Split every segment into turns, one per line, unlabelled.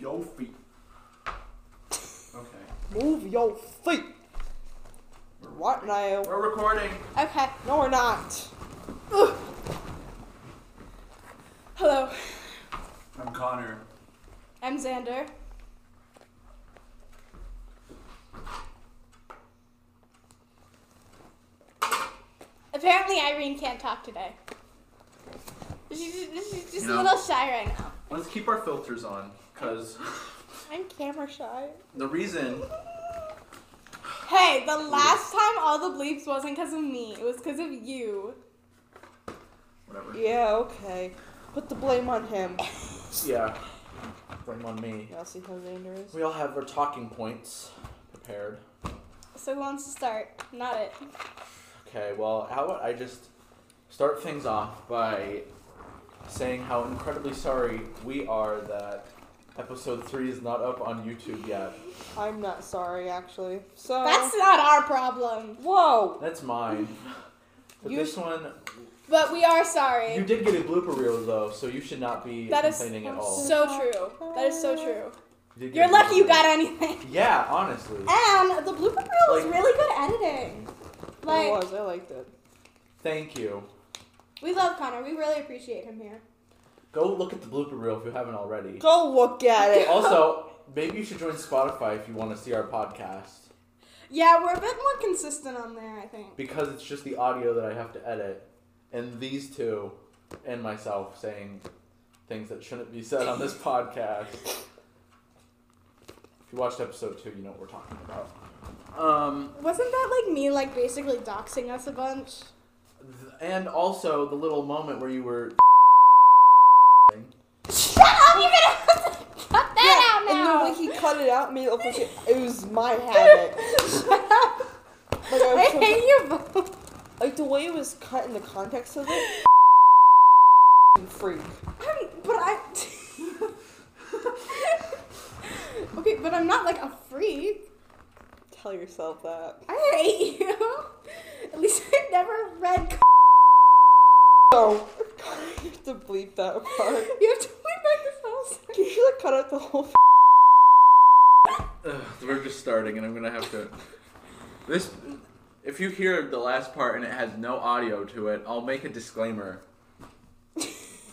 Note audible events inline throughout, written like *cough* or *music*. your feet. Okay.
Move your feet right now.
We're recording.
Okay, no, we're not. Ugh. Hello,
I'm Connor.
I'm Xander.
Apparently, Irene can't talk today. She's just, she's just
You know-
a little shy right now.
Let's keep our filters on, cause
I'm camera shy.
the reason
Hey, the last time all the bleeps wasn't because of me, it was because of you.
whatever.
Yeah, okay. Put the blame on him.
Yeah. Blame on me.
Y'all see how Xander is?
We all have our talking points prepared.
So, who wants to start? Not it.
Okay, well, how about I just start things off by saying how incredibly sorry we are that episode three is not up on YouTube yet.
I'm not sorry, actually. So.
That's not our problem.
Whoa!
That's mine. But
You
this
sh-
one,
But we are
you
sorry.
did get a blooper reel though, so you should not be
That is
complaining at all.
so true. That is so true.
You did get
You're
a
lucky you
blooper
got
reel.
anything.
Yeah, honestly.
And the blooper reel was
Like-
really good editing.
it
Like,
was. I liked it.
Thank you.
we love Connor. We really appreciate him here.
Go look at the blooper reel if you haven't already.
Go look at
*laughs*
it.
Also, maybe you should join Spotify if you want to see our podcast
Yeah, we're a bit more consistent on there, I think.
because it's just the audio that I have to edit, and these two, and myself saying things that shouldn't be said
*laughs*
on this podcast. If you watched episode two, you know what we're talking about. Um,
Wasn't that like me, like basically doxing us a bunch?
th- and also the little moment where you were.
Shut up! You're gonna cut that
and the way
out now.
he cut it out made it look like it, it was my habit.
*laughs* Shut up!
Like, I was
I
so-
hate you both.
like the way it was cut in the context of it. *laughs* freak.
I'm, but I. *laughs* okay, but I'm not like a freak.
Tell yourself that. *laughs*
I hate you. *laughs* At least I never read. *laughs* c-
Oh, *laughs* you have to bleep that part.
You have to wait back this whole
Can
second.
you like cut out the whole? F-
Ugh, we're just starting, and I'm gonna have to. This, if you hear the last part and it has no audio to it, I'll make a disclaimer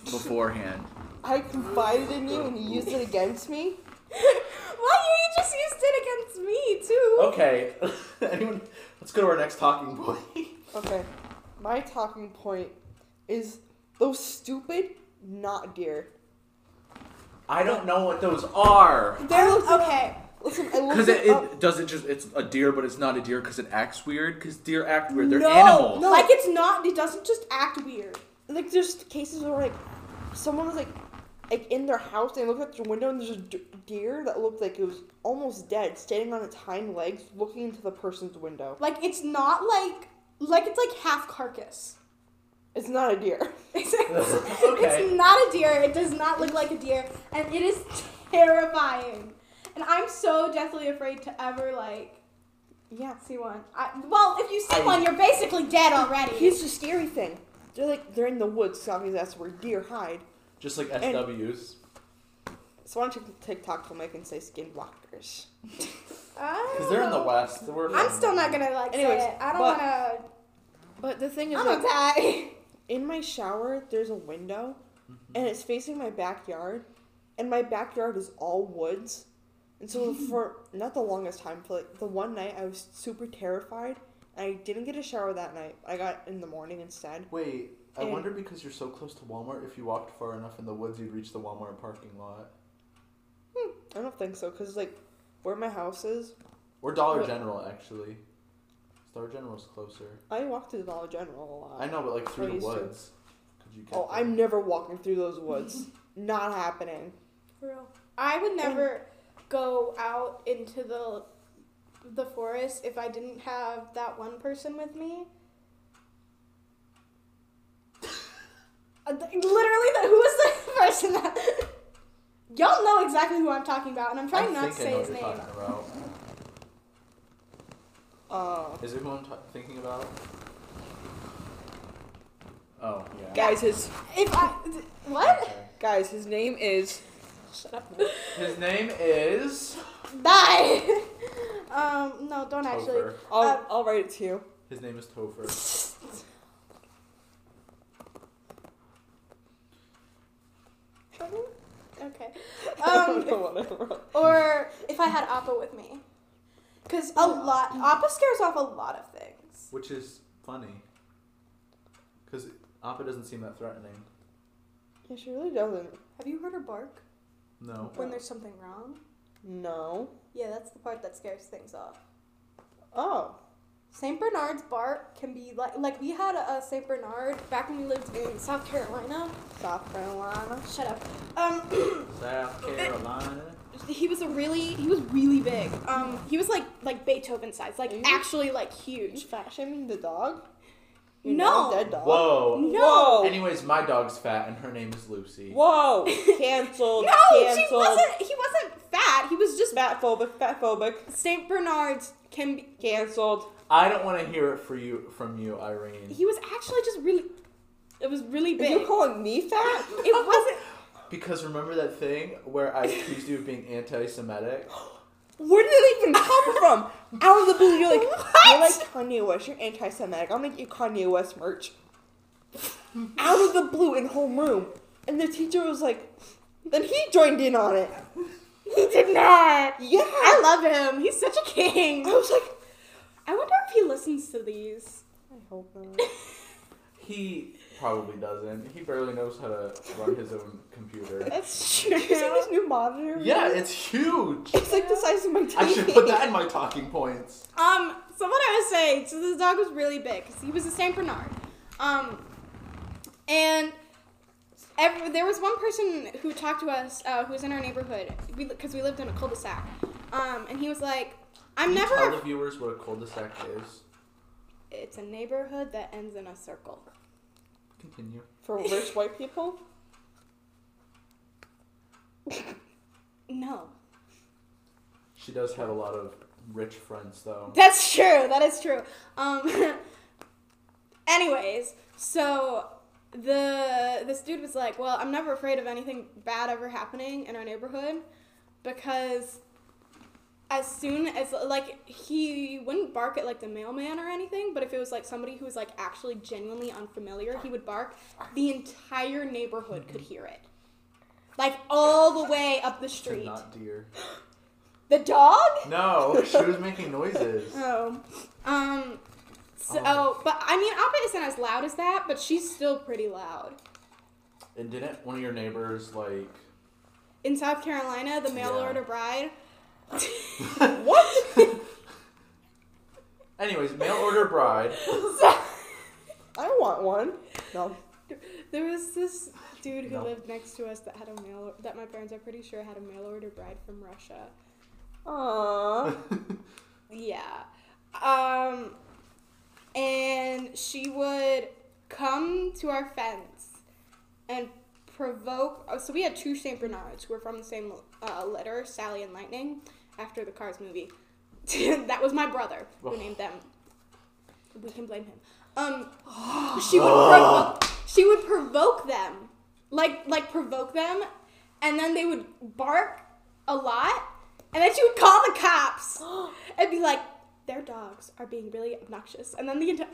beforehand.
I confided in you and you used it against me.
*laughs* Well, you just used it against me too.
Okay, *laughs* anyone, let's go to our next talking point.
Okay, my talking point is those stupid not deer.
I don't know what those are.
They're
Okay.
Listen, I looked
Because it,
up.
it doesn't just, it's a deer, but it's not a deer because it acts weird. Because deer act weird. They're
no,
animals.
no.
Like it's not. It doesn't just act weird.
Like there's cases where like someone was like like in their house they looked out their window and there's a d- deer that looked like it was almost dead, standing on its hind legs, looking into the person's window.
Like it's not like like it's like half carcass. *laughs*
It's not a deer. *laughs*
It's,
*laughs* Okay.
it's not a deer. It does not look like a deer, and it is *laughs* terrifying. And I'm so deathly afraid to ever like
Yeah.
see one. I, well, if you see
I-
one, you're basically dead already.
Here's the scary thing. They're like they're in the woods, so obviously that's where deer hide.
Just like SWs.
So why don't you TikTok will make and say skin blockers?
Because they're in the west. We're
I'm still not gonna like
Anyways,
say it. I don't
but-
wanna.
But the thing is,
I'm
like,
gonna die. *laughs*
in my shower there's a window,
Mm-hmm.
and it's facing my backyard, and my backyard is all woods, and *laughs* so for not the longest time, for like the one night I was super terrified, and I didn't get a shower that night. I got in the morning instead.
Wait, I
And-
wonder because you're so close to Walmart, if you walked far enough in the woods, you'd reach the Walmart parking lot.
I don't think so, cause like where my house is,
Or Dollar
What?
General, actually. Dollar General's closer.
I walk to the Dollar General
Oh.
a lot.
I know, but like
I
through the
used to.
woods. Could you get
Oh,
there?
I'm never walking through
*laughs*
those woods. Not happening.
For real. I would never go out into the the forest if I didn't have that one person with me. *laughs* Uh, th- Literally, the, who was the *laughs* person that? Y'all know exactly who I'm talking about, and I'm
I
trying not to
think I
say
know
his
what
name.
you're talking about.
Uh,
Is it who I'm t- thinking about? Oh, yeah.
guys, his
If I th- what?
Okay.
guys, his name is
Shut up. Nick.
His name is *laughs*
Bye. *laughs* um, no, don't actually.
Topher.
I'll,
Uh,
I'll write it to you.
His name is Topher.
um,
*laughs* Okay.
*laughs* I
*laughs*
don't
Um,
know what I wrote.
or if I had Appa with me, because a lot Appa scares off a lot of things.
Which is funny. Because Appa doesn't seem that threatening.
Yeah, she really doesn't.
Have you heard her bark *laughs*
No.
when there's something wrong?
No.
Yeah, that's the part that scares things off.
Oh.
Saint Bernard's bark can be like like we had a, a Saint Bernard back when we lived in South Carolina.
South Carolina.
Shut up. Um,
South Carolina.
he was a really he was really big. Um, he was like like Beethoven size, like
Are you-
actually like
You
huge.
fat shaming the dog? Your
No.
non Dead dog.
Whoa.
No.
Whoa.
Anyways, my dog's fat and her name is Lucy.
*laughs* Whoa. Cancelled.
No,
Cancelled.
she wasn't. He wasn't fat. He was just
Fat phobic. Fat phobic.
Saint Bernard's can be.
Cancelled.
I don't want to hear it for you from you, Irene.
He was actually just really. It was really
Are
big.
you calling me fat?
it wasn't.
Because remember that thing where I accused you of being anti-Semitic?
Where did that even
*laughs*
come from? Out of the blue, you're like, you're like Kanye West. You're anti-Semitic. I'll make you Kanye West merch. Out of the blue, in homeroom, and the teacher was like, then he joined in on it.
He did not.
Yeah,
I love him. He's such a king.
I was like,
I wonder if he listens to these.
I hope not. *laughs*
He probably doesn't. He barely knows how to run his own computer.
*laughs*
That's true. You see this new monitor?
Yeah, it's huge.
It's like the size of my TV.
I should put that in my talking points.
Um, so what I was saying, so this dog was really big 'cause he was a Saint Bernard. Um, and every, there was one person who talked to us uh, who was in our neighborhood because we, lived in a cul-de-sac. Um, and he was like, "I'm
Can you
never."
Tell the viewers what a cul-de-sac is.
it's a neighborhood that ends in a circle.
Continue.
For rich white people?
No,
She does have a lot of rich friends, though.
that's true. That is true. Um, *laughs* anyways, so the this dude was like, "Well, I'm never afraid of anything bad ever happening in our neighborhood because as soon as like he wouldn't bark at like the mailman or anything, but if it was like somebody who was like actually genuinely unfamiliar, he would bark. The entire neighborhood could hear it. Like all the way up the
They're
street.
Not deer.
The dog?
No, she was making
*laughs*
noises.
Oh. Um. So,
Oh.
but I mean, Alba isn't as loud as that, but she's still pretty loud.
And didn't one of your neighbors like?
In South Carolina, the mail
Yeah. *laughs*
order bride. *laughs*
what? *laughs* Anyways, mail order bride. *laughs*
So-
I want one.
*laughs*
No.
there was this dude who
No.
lived next to us that had a mail that my parents are pretty sure had a mail order bride from Russia. *gasps*
Aww.
Yeah. Um. And she would come to our fence and provoke. Oh, so we had two Saint Bernards who were from the same uh, litter, Sally and Lightning, after the Cars movie. *laughs* that was my brother who
Ugh.
named them. We can blame him. Um, she would provoke, she would provoke them, like like provoke them, and then they would bark a lot, and then she would call the cops and be like, "Their dogs are being really obnoxious," and then the entire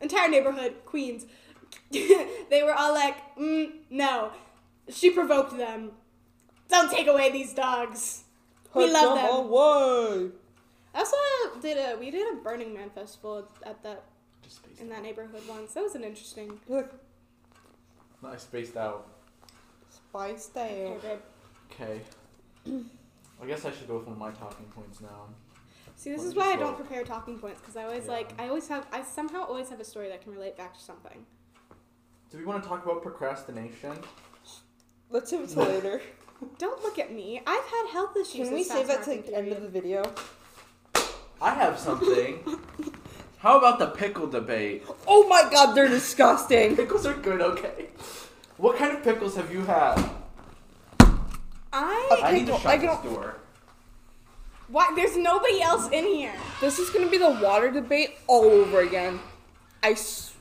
entire neighborhood, Queens, *laughs* they were all like, mm, "No, she provoked them. Don't take away these dogs." We
Put
love them.
away.
I also did a we did a Burning Man festival at that
Just spaced
in
out.
that neighborhood once. That was an interesting.
You're like,
No, I spaced out.
spice day.
Okay, babe.
Okay. I guess I should go with one of my talking points now.
See, this
Why
is
don't
why
you
I don't
float?
prepare talking points because I always
Yeah.
like I always have I somehow always have a story that can relate back to something.
Do we want to talk about procrastination?
Let's save it till
*laughs*
later.
Don't look at me. I've had health issues.
Can we
this
save that
past
to
marking
the end of
period.
the video?
I have something.
*laughs*
How about the pickle debate?
Oh my god, they're disgusting.
Pickles are good, okay. What kind of pickles have you had?
I
I need to
Pickle-
shut
I
this
don't-
door.
why there's nobody else in here.
This is gonna be the water debate all over again. I s-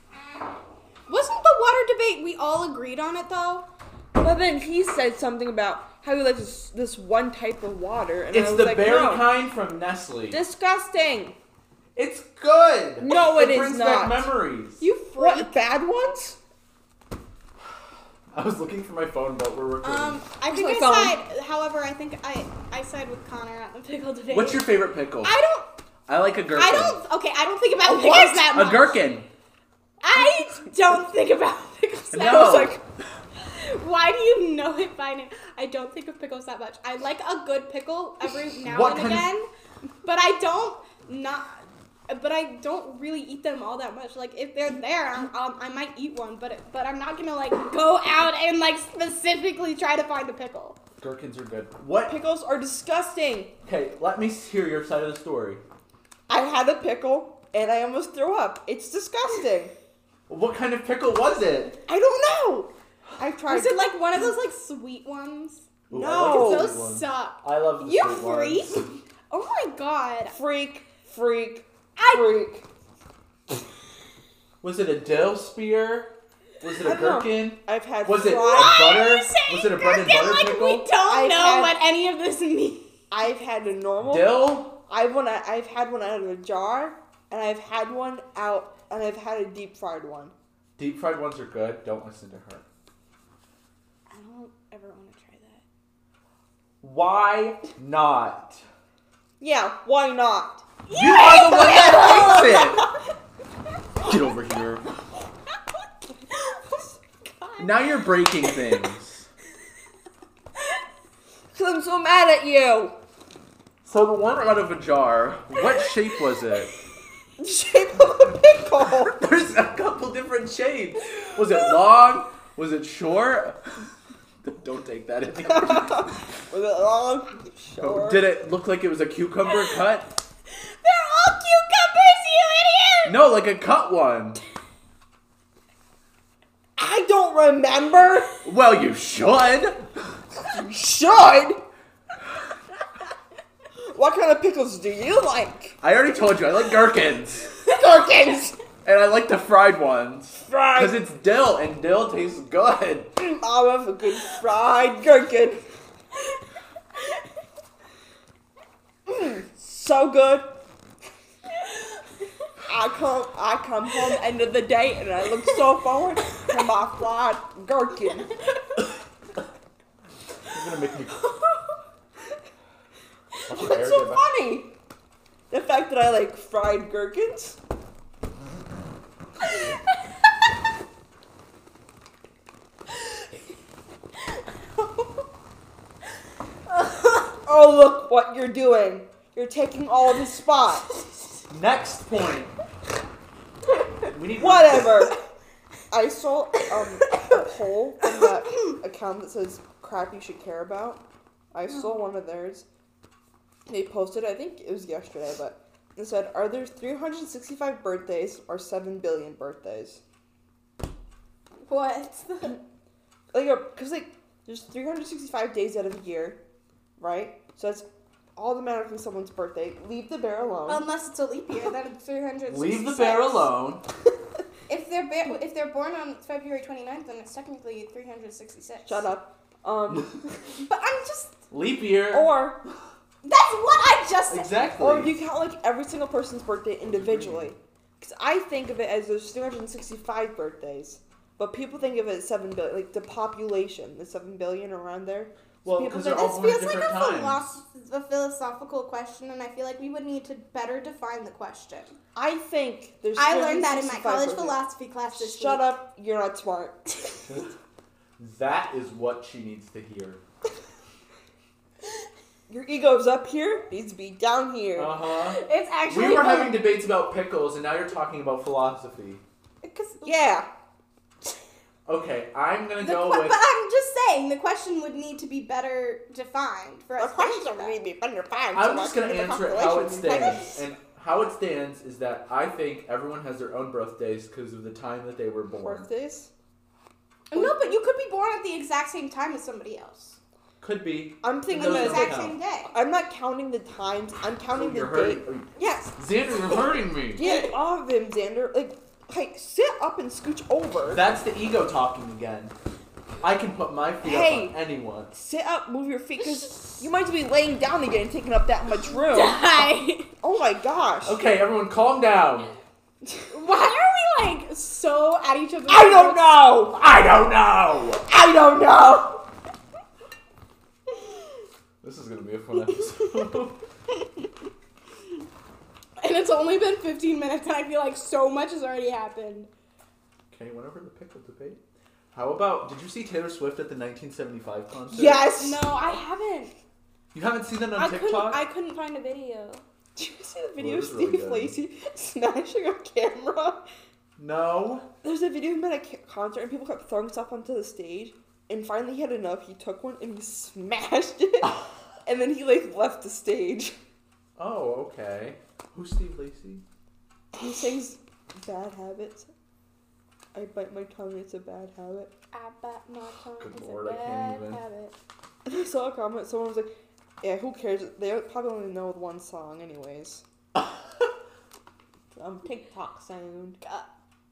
Wasn't the water debate we all agreed on it though?
But then he said something about how he likes this, this one type of water, and I
It's
was
the
like,
berry
no,
kind from Nestle.
disgusting.
it's good.
No,
it
it is
brings
not.
back memories.
You freak.
What bad ones?
I was looking for my phone, but we're recording.
Um, I
Where's
think
my
I
phone?
side. However, I think I I side with Connor on the
*laughs*
pickle debate.
What's your favorite pickle?
I don't.
I like a gherkin.
I don't. Okay, I don't think about
A
pickles
what?
that
A
much.
gherkin.
I don't think about pickles that
No.
I was like,
much. Why do you know it by name? I don't think of pickles that much. I like a good pickle every now
What
and
kind of-
again, but I don't not. But I don't really eat them all that much. Like if they're there, I'm, um, I might eat one, but but I'm not gonna like go out and like specifically try to find a pickle.
Gherkins are good. What?
pickles are disgusting.
Okay, let me hear your side of the story.
I had a pickle and I almost threw up. It's disgusting.
What kind of pickle was it?
I don't know. I tried.
Is it like one of those like sweet ones?
Ooh,
No.
I love the
Those
sweet ones.
suck.
I love the
You
sweet ones.
freak. Oh my god.
freak, freak,
I
freak?
*laughs* Was it a dill spear? Was it
I
a
don't know.
gherkin?
I've had
Was it
fried.
a butter?
you saying
Was it a bread and
gherkin
butter
like
pickle?
We don't
I've
know
had-
what any of this means.
I've had a normal.
Dill?
I've one. I've had one out of a jar, and I've had one out, and I've had a deep fried one.
Deep fried ones are good. Don't listen to her.
I don't ever want to try that. *laughs*
Why not?
Yeah, why not?
You are the one
*laughs*
that hates it. Get over here.
Oh God.
Now you're breaking things.
Cause I'm so mad at you. *laughs*
So the one out of a jar, what shape was it?
Shape of a pickle. *laughs*
There's a couple different shapes. Was it long? Was it short? Don't take that anymore.
Was it long? Sure.
*laughs* Oh, Did it look like it was a cucumber cut?
They're all cucumbers, you idiot!
No, like a cut one.
I don't remember.
Well, you should. *laughs*
Should. What kind of pickles do you like?
I already told you I like gherkins,
Gherkins.
and I like the fried ones because
Fried.
it's dill, and dill tastes good.
I have a good fried gherkin. Mm, so good. I come, I come home end of the day, and I look so forward to my fried gherkin.
You're
*laughs*
gonna make me. That's what I
What's
heard
so
about-
funny? The fact that I like fried gherkins. *laughs* Oh look what you're doing! You're taking all the spots.
Next point. We need
Whatever. I saw um, a poll on that account that says "crap you should care about." I
Hmm.
saw one of theirs. They posted, I think it was yesterday, but it said, "Are there 365 birthdays or 7 billion birthdays?"
What? *laughs* the-
Like, because like there's 365 days out of the year, right? So it's automatically someone's birthday. Leave the bear alone.
Unless it's a leap year, then it's 366.
Leave the bear alone.
If they're ba- if they're born on February 29th, then it's technically 366.
Shut up.
*laughs*
Um,
But I'm just.
Leap year.
or
That's what I just said.
exactly.
Or do you count like every single person's birthday individually?
Mm-hmm.
Because I think of it as there's 365 birthdays, but people think of it as seven billion, like the population, the seven billion around there.
well,
people
because
say
they're all
This
born at
feels like
different
a,
times.
philosoph- a philosophical question, and I feel like we would need to better define the question.
I think there's.
I learned that in my
365
college
birthdays.
philosophy class this
Shut
week.
up! You're not smart.
That is what she needs to hear.
Your ego's up here. Needs to be down here.
Uh huh.
It's actually
We were
*laughs*
having debates about pickles, and now you're talking about philosophy.
because
yeah.
Okay, I'm gonna
The
go
que-
with.
but I'm just saying the question would need to be better defined for
The
us.
questions
to
are
answer
going to
that.
be under fire.
I'm just gonna answer it how it stands,
calculation.
and how it stands is that I think everyone has their own birthdays because of the time that they were born.
Birthdays.
No, but you could be born at the exact same time as somebody else.
Could be.
I'm
The
thinking
Those
that.
don't
exact
count.
same day.
I'm not counting the times. I'm counting
You're
the date.
hurting. are you-
Yes.
Xander, you're hurting me.
Get off of him, Xander. Like, hey, sit up and scooch over.
That's the ego talking again. I can put my feet
Hey.
up on anyone.
Sit up, move your feet, because you might be laying down again and taking up that much room.
Die.
Oh my gosh.
Okay, everyone, calm down.
Why are we like so at each other's?
I don't know!
I don't know.
I don't know!
This is gonna be a fun episode. *laughs*
And it's only been 15 minutes, and I feel like so much has already happened.
okay, whenever the pickle debate. How about? Did you see Taylor Swift at the 1975 concert?
Yes!
No, I haven't.
You haven't seen that on
I couldn't.
TikTok?
I couldn't find a video.
Did you see the video
Well, this
of
is really
Steve
good.
Lacy smashing a camera?
No.
There's a video of him at a ca- concert and people kept throwing stuff onto the stage. And finally, he had enough. He took one and he smashed *laughs* it. and then he like left the stage.
Oh, okay. Who's Steve Lacy?
He sings "Bad Habits." I bite my tongue. It's a bad habit.
I bet my tongue
Good
is
lord,
a
I can't
bad
even.
habit.
And I saw a comment. Someone was like, "Yeah, who cares? They probably only know one song, *laughs* anyways." Some TikTok sound.
God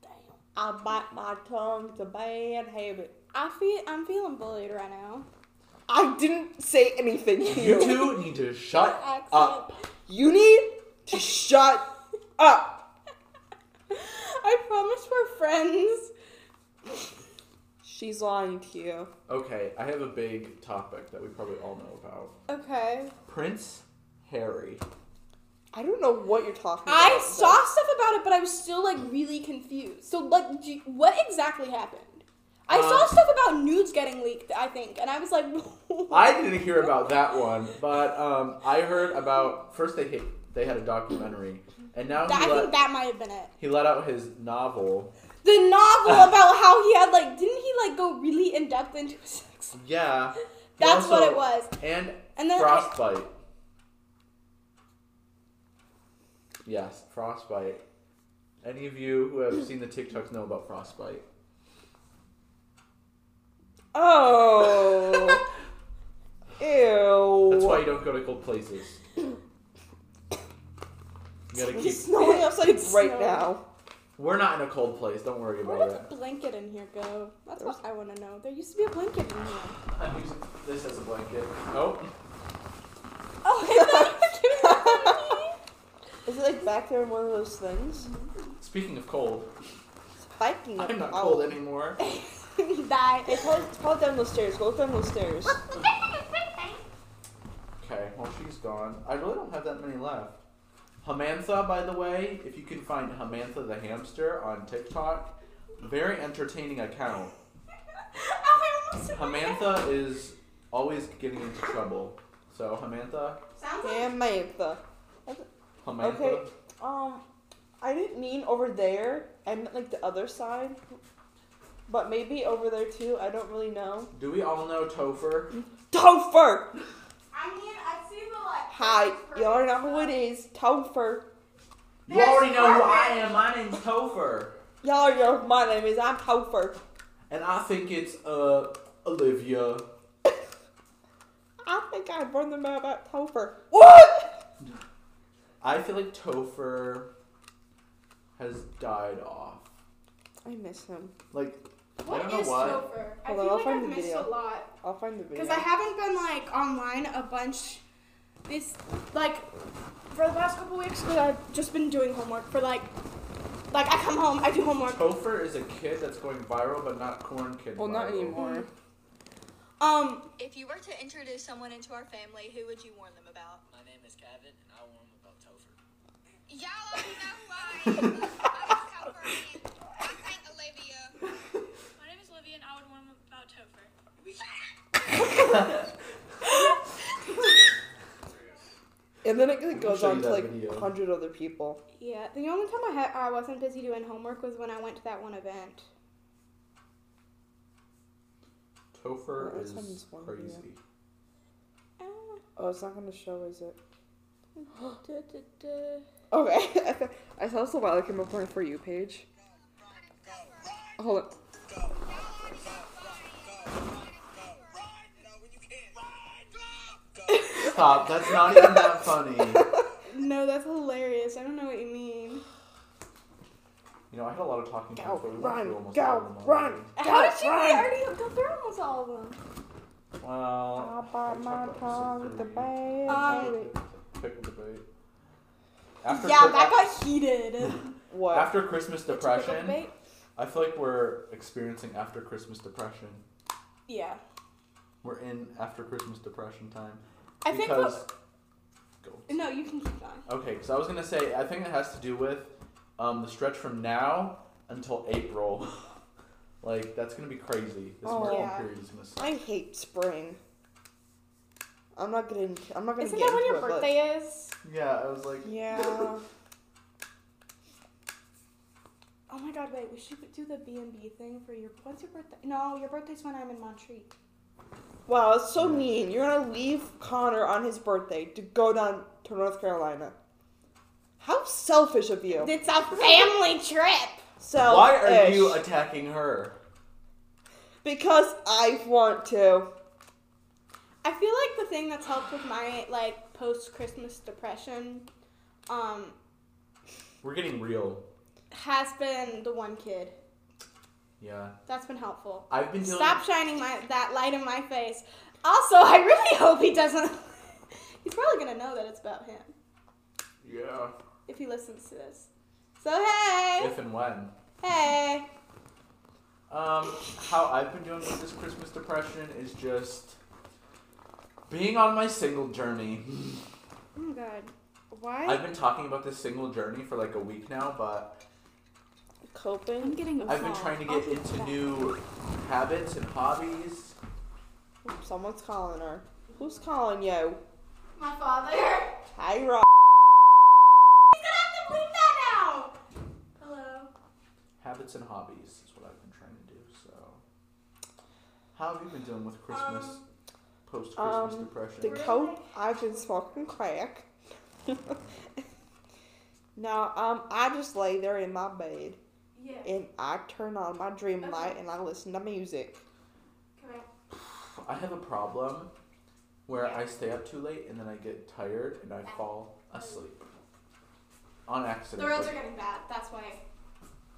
damn.
I bite my tongue. It's a bad habit.
I feel. I'm feeling bullied right now.
I didn't say anything to
You two need to shut
Accent.
up.
You need to shut up.
*laughs* I promise we're friends.
She's lying to you.
Okay, I have a big topic that we probably all know about.
Okay.
Prince Harry.
I don't know what you're talking about.
I saw stuff about it, but I was still like really confused. So like, do you- what exactly happened? I saw
Um,
stuff about nudes getting leaked, I think, and I was like, *laughs*
I didn't hear about that one, but um, I heard about first they hit, they had a documentary, and now
That-
he
I think
let,
that might have been it.
he let out his novel. *laughs*
The novel about how he had like, didn't he like go really in depth into sex?
Yeah, he
That's what
also-
it was.
And,
And then I-
frostbite. Yes, frostbite. Any of you who have seen the TikToks know about frostbite?
*laughs* Oh. Ew.
That's why you don't go to cold places. You gotta keep.
It's snowing outside
It's
right *laughs*
snowing.
now.
We're not in a cold place. Don't worry
Where
about
did
it.
the blanket in here go? That's what I want to know. There used to be a blanket in here.
I'm using this as a blanket. Oh,
*laughs* Oh, I thought you were giving it to *laughs* me.
Is it like back there in one of those things?
speaking of cold,
Spiking up.
I'm not
out.
cold anymore.
Hey,
*laughs* Die.
call, call down those stairs. Go down those stairs.
Okay, well she's gone. I really don't have that many left. Hamantha, by the way, if you can find Hamantha the hamster on TikTok, very entertaining account.
Oh,
*laughs*
I almost hit my head.
Hamantha is always getting into trouble. So Hamantha,
Sounds like
Damn, Mantha.
Hamantha.
Okay. Um, I didn't mean over there. I meant like the other side. But maybe over there too. I don't really know.
Do we all know Topher?
Topher!
I mean, I see the like.
Hi. You already know who it is. Topher.
You already know who I am. My name's Topher,
Y'all already know who my name is. I'm Topher.
and I think it's uh Olivia.
I think I learned them about Topher. What?
I feel like Topher has died off.
I miss him.
Like
What
I don't know
is
why.
Topher? I
Hold on,
feel
I'll
like
find
I've
the
missed
video.
a lot
I'll find the video.
because I haven't been like online a bunch. This like for the last couple weeks because I've just been doing homework for like like I come home I do homework.
Topher is a kid that's going viral, but not corn kid.
well, not
viral.
anymore.
Um,
If you were to introduce someone into our family, who would you warn them about?
My name is Kevin, and I warn them about Topher.
Y'all already know who I am. *laughs* I'm Topher. I think Olivia.
My name is Olivia, and I would warn them about Topher.
And then it like, goes
show you
on to
that
like
video.
a hundred other people.
yeah. The only time I had I wasn't busy doing homework was when I went to that
*gasps*
one event.
Topher
Well,
is
this one is one,
crazy.
Ah.
Oh, it's not gonna show, is it? Okay. *laughs* I thought- I saw this a while ago. Came up on the for you page. Hold on.
Stop. That's not even that
*laughs*
funny.
No, that's hilarious. I don't know what you mean.
You know, I had a lot of talking
Go,
points, but we went
run,
through almost
go,
all of them
run.
already.
How did you
Run.
already go through almost sings all of them.
Well,
I bought my tongue with the bag.
Um,
pick the bait. After
yeah,
Chri-
that
*laughs*
got heated.
what?
after Christmas depression,
Clickbait?
I feel like we're experiencing after Christmas depression.
Yeah.
We're in after Christmas depression time
I think.
because Go.
what- no, you can keep going.
Okay, so I was gonna say I think it has to do with um, the stretch from now until April. *laughs* like that's gonna be crazy. This
Oh.
marking
Yeah.
period is gonna. Suck.
I hate spring. I'm not gonna. I'm not gonna.
Isn't
get
that when
into
your
it, but-
birthday is?
Yeah, I was like,
Yeah.
Oh my god, wait, we should do the B and B thing for your. When's your birthday? No, your birthday's when I'm in Montreat.
Wow, it's so mean. You're gonna leave Connor on his birthday to go down to North Carolina. How selfish of you.
It's a family trip.
Selfish.
why are you attacking her?
Because I want to.
I feel like the thing that's helped with my like post Christmas depression, um,
We're getting real.
has been the one kid.
Yeah,
That's been helpful.
I've been dealing.
Stop shining my that light in my face. Also, I really *laughs* hope he doesn't. He's probably gonna know that it's about him
Yeah.
if he listens to this. So hey,
If and when.
hey.
Um, how I've been doing with this Christmas depression is just being on my single journey. *laughs*
Oh my god, why?
I've been talking about this single journey for like a week now, but
Coping?
getting.
I've been trying to get into new habits and hobbies.
Oop, Someone's calling her. Who's calling you?
My father. He's gonna
Hi, Rob.
have to bleep that now. Hello.
Habits and hobbies is what I've been trying to do. So, how have you been dealing with Christmas,
Um,
post Christmas
um,
depression?
The
Really?
coat. I've been smoking crack. *laughs* now, um, I just lay there in my bed
Yeah.
and I turn on my dream light and I listen to music.
Come here.
I have a problem where I stay up too late and then I get tired and I fall asleep on accident.
The roads are
like,
getting bad. That's why.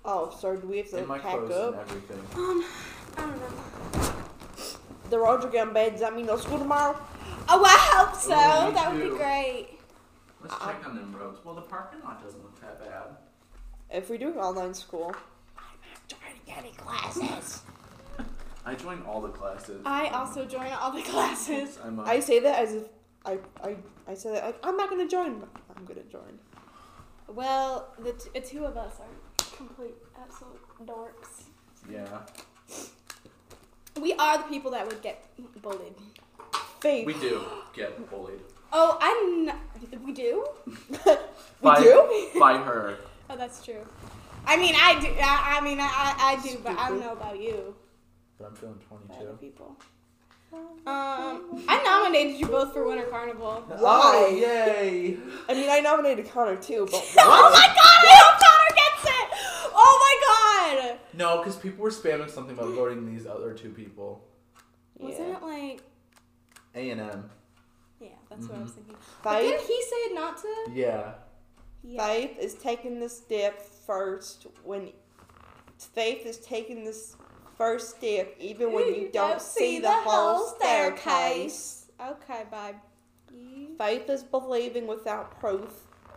Oh, so do we have to
in my
pack
clothes
up?
and everything.
Um, I don't know.
The roads are getting bad. Does that mean no school tomorrow?
Oh, I hope so.
Oh, me
that would be
too.
great. Uh,
Let's check on them roads. Well, the parking lot doesn't look that bad.
If we do online school,
I join all the classes. Um,
I also join all the *laughs* classes.
I'm a,
I say that as if I I I say that like I'm not gonna join. I'm gonna join.
Well, the t- uh, two of us are complete absolute dorks.
yeah.
We are the people that would get bullied.
Faith.
We do get bullied.
Oh, I'm. N- we do.
*laughs* We
by,
do?
By her.
Oh, that's true. I mean, I do. I, I mean, I, I, I do, but I don't know about you,
But I'm feeling
but
22.
other people. Um, I nominated you both for Winter Carnival.
Why?
Oh, yay!
I mean, I nominated Connor too, but
*laughs* Oh my god, I hope Connor gets it! Oh my god!
No, because people were spamming something about voting these other two people.
Wasn't it like.
A and M.
Yeah, that's what I was thinking. But
Faith,
didn't he say it not to?
Yeah.
Faith is taking the step first when Faith is taking this first step even when you don't see the whole staircase.
Okay, bye.
Faith is believing without proof.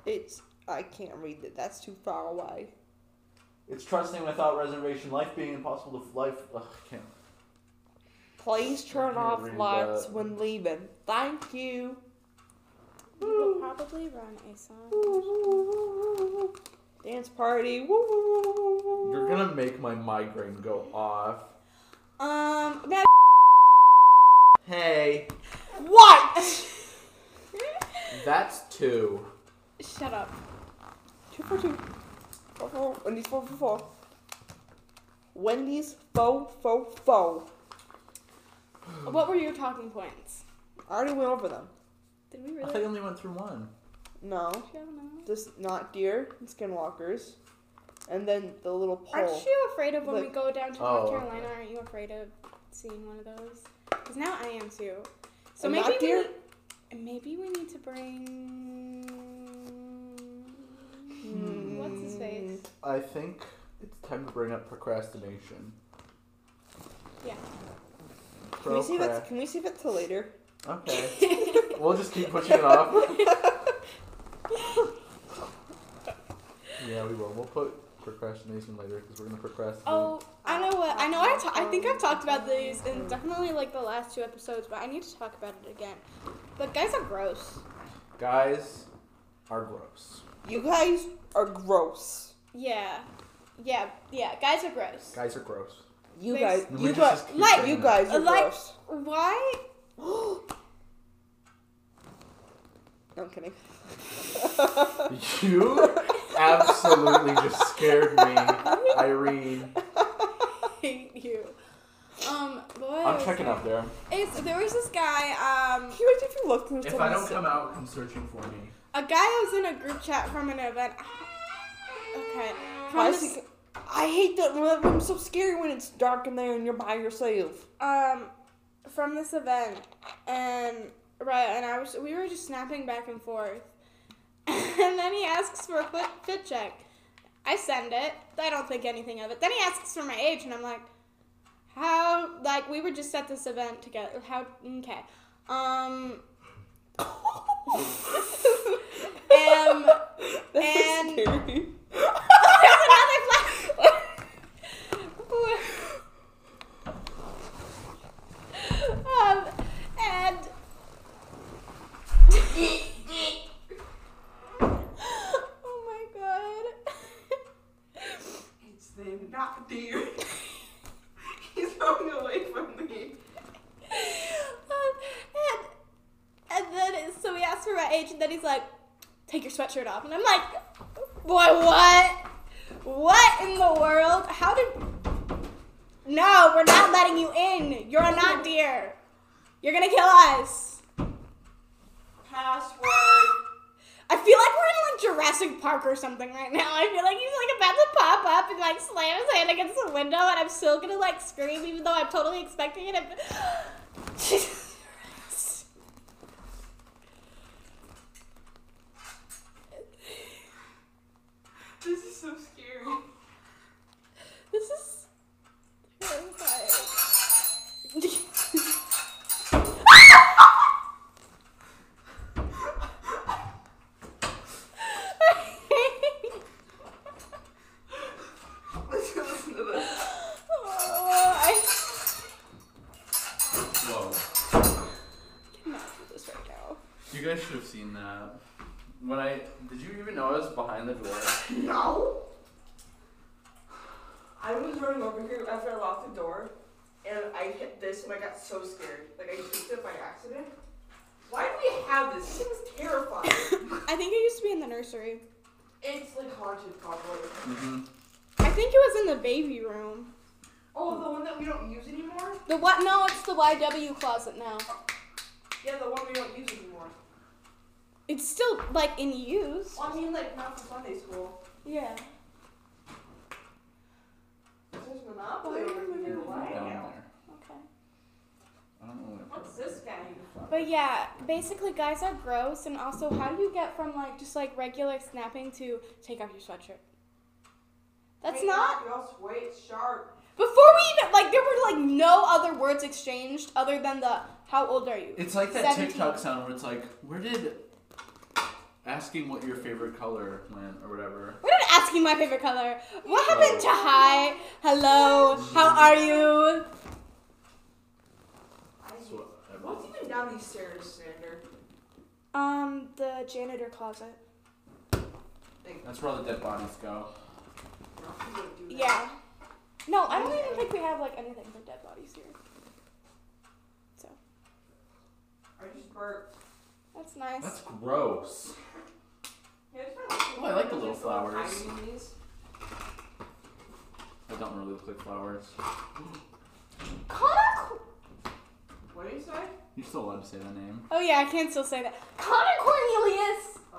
It's I can't read it. That's too far away.
It's trusting without reservation, life being impossible to life. Ugh, I can't.
Please turn
can't
off
read
lights
that.
when leaving. Thank you.
*gasps* You will probably run a song.
Dance party. Woo, woo, woo, woo, woo.
You're gonna make my migraine go off.
Um, that
Hey,
What?
that's two.
Shut up.
two for two. Four for four. Wendy's four for four. Wendy's fo fo fo.
What were your talking points?
I already went over them.
Did we
I
really?
thought you only went through one.
No,
I don't know.
just not deer and skinwalkers, and then the little pole.
Aren't you afraid of when
Look.
we go down to
Oh,
North
okay.
Carolina? Aren't you afraid of seeing one of those? Because now I am too. So
And
maybe
not
we
deer?
need- maybe we need to bring
Hmm.
what's his face?
I think it's time to bring up procrastination.
Yeah.
Can we save it?
Procrast-
Can we save it till later?
Okay.
Mm. *laughs*
We'll just keep pushing it off. *laughs* yeah, we will. We'll put procrastination later because we're gonna procrastinate.
*laughs* Oh, I know what I know. I ta- I think I've talked about these in definitely like the last two episodes, but I need to talk about it again. But guys are gross.
Guys are gross.
*laughs* You guys are gross.
Yeah, yeah, yeah. Guys are gross.
Guys are gross.
You
They-
guys,
We
you
just-
guys,
just keep
Like-
saying
you
that.
guys are
Like-
gross. *gasps*
Why? *laughs*
No, I'm
*laughs*
kidding. *laughs*
You absolutely just scared me, Irene.
Hate you. Um, boy.
I'm checking up there.
It's there was this guy. Um,
Can you imagine if you looked and
If
someone
I don't
said-
come out, come searching for me.
a guy was in a group chat from an event. Okay.
Why
From
is
this,
he- I hate that. that room's so scary when it's dark in there and you're by
*laughs*
yourself.
um, from this event, and right, and I was we were just snapping back and forth, *laughs* and then he asks for a fit, fit check. I send it. I don't think anything of it. Then he asks for my age, and I'm like, how? Like we were just at this event together. How? Okay.
*laughs*
Um. *laughs* um.
That is
And-
scary.
There's another flash. *laughs* um, and *laughs* oh my god.
It's the not deer. *laughs* He's going away from me.
um, and and then it- so he asked for my age, and then he's like, "Take your sweatshirt off," and I'm like, "Boy, what? What in the world? How did?" No, we're not letting you in. You're not deer. You're gonna kill us.
Password. *laughs*
I feel like we're in like Jurassic Park or something right now. I feel like he's like about to pop up and like slam his hand against the window, and I'm still gonna like scream, even though I'm totally expecting it. *gasps* Jesus Christ.
This is so scary.
This is terrifying. *laughs*
Let's go listen to this.
Oh, I
Whoa.
cannot do this right now.
You guys should have seen that. When I did you even know I was behind the door?
No. I was running over here after I locked the door, and I hit this, and I got so scared. Like I kicked it by accident. Why do we have this? This
*laughs*
thing's terrifying.
I think it used to be in the nursery.
it's like haunted, probably.
Mm-hmm.
I think it was in the baby room.
Oh, the one that we don't use anymore.
The what? No, it's the YW closet now.
Yeah, the one we don't use anymore.
It's still like in use.
Well, I mean, like not for Sunday school.
Yeah.
There's Monopoly over here. Why
Down
now?
there.
Okay.
I don't know what
What's this value?
But yeah, basically, guys are gross, and also, how do you get from like just like regular snapping to take off your sweatshirt? That's
Wait,
not
Y'all wait, sharp.
Before we even like, there were like no other words exchanged other than the "How old are you?"
It's like that
17.
TikTok sound where it's like, where did asking what your favorite color went or whatever.
We're not asking my favorite color. What happened to hi, hello, how are you?
I
That's what I
What's even down these stairs, Sander?
Um, the janitor closet.
That's where all the dead bodies go.
No, we don't do that.
Yeah. No, I don't even think we have like anything for dead bodies here.
I just burped.
That's nice.
That's gross.
Yeah, it's not
Oh, I like the little
It's not like
flowers.
hiding these.
They don't really look like flowers.
Connor. Cor-
What did you say?
You're still allowed to say the name.
Oh yeah, I can still say that. Connor Cornelius.
Uh,